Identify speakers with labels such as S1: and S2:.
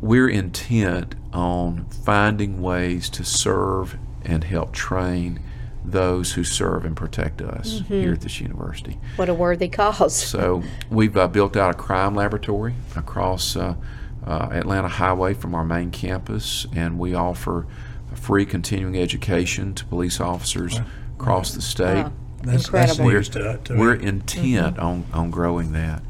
S1: we're intent on finding ways to serve and help train those who serve and protect us here at this university.
S2: What a worthy cause.
S1: So we've uh, built out a crime laboratory across uh, uh, Atlanta Highway from our main campus, and we offer free continuing education to police officers across the state.
S2: Wow.
S3: That's, that's
S2: Incredible.
S3: news to, to
S1: We're
S3: me.
S1: intent on, on growing that.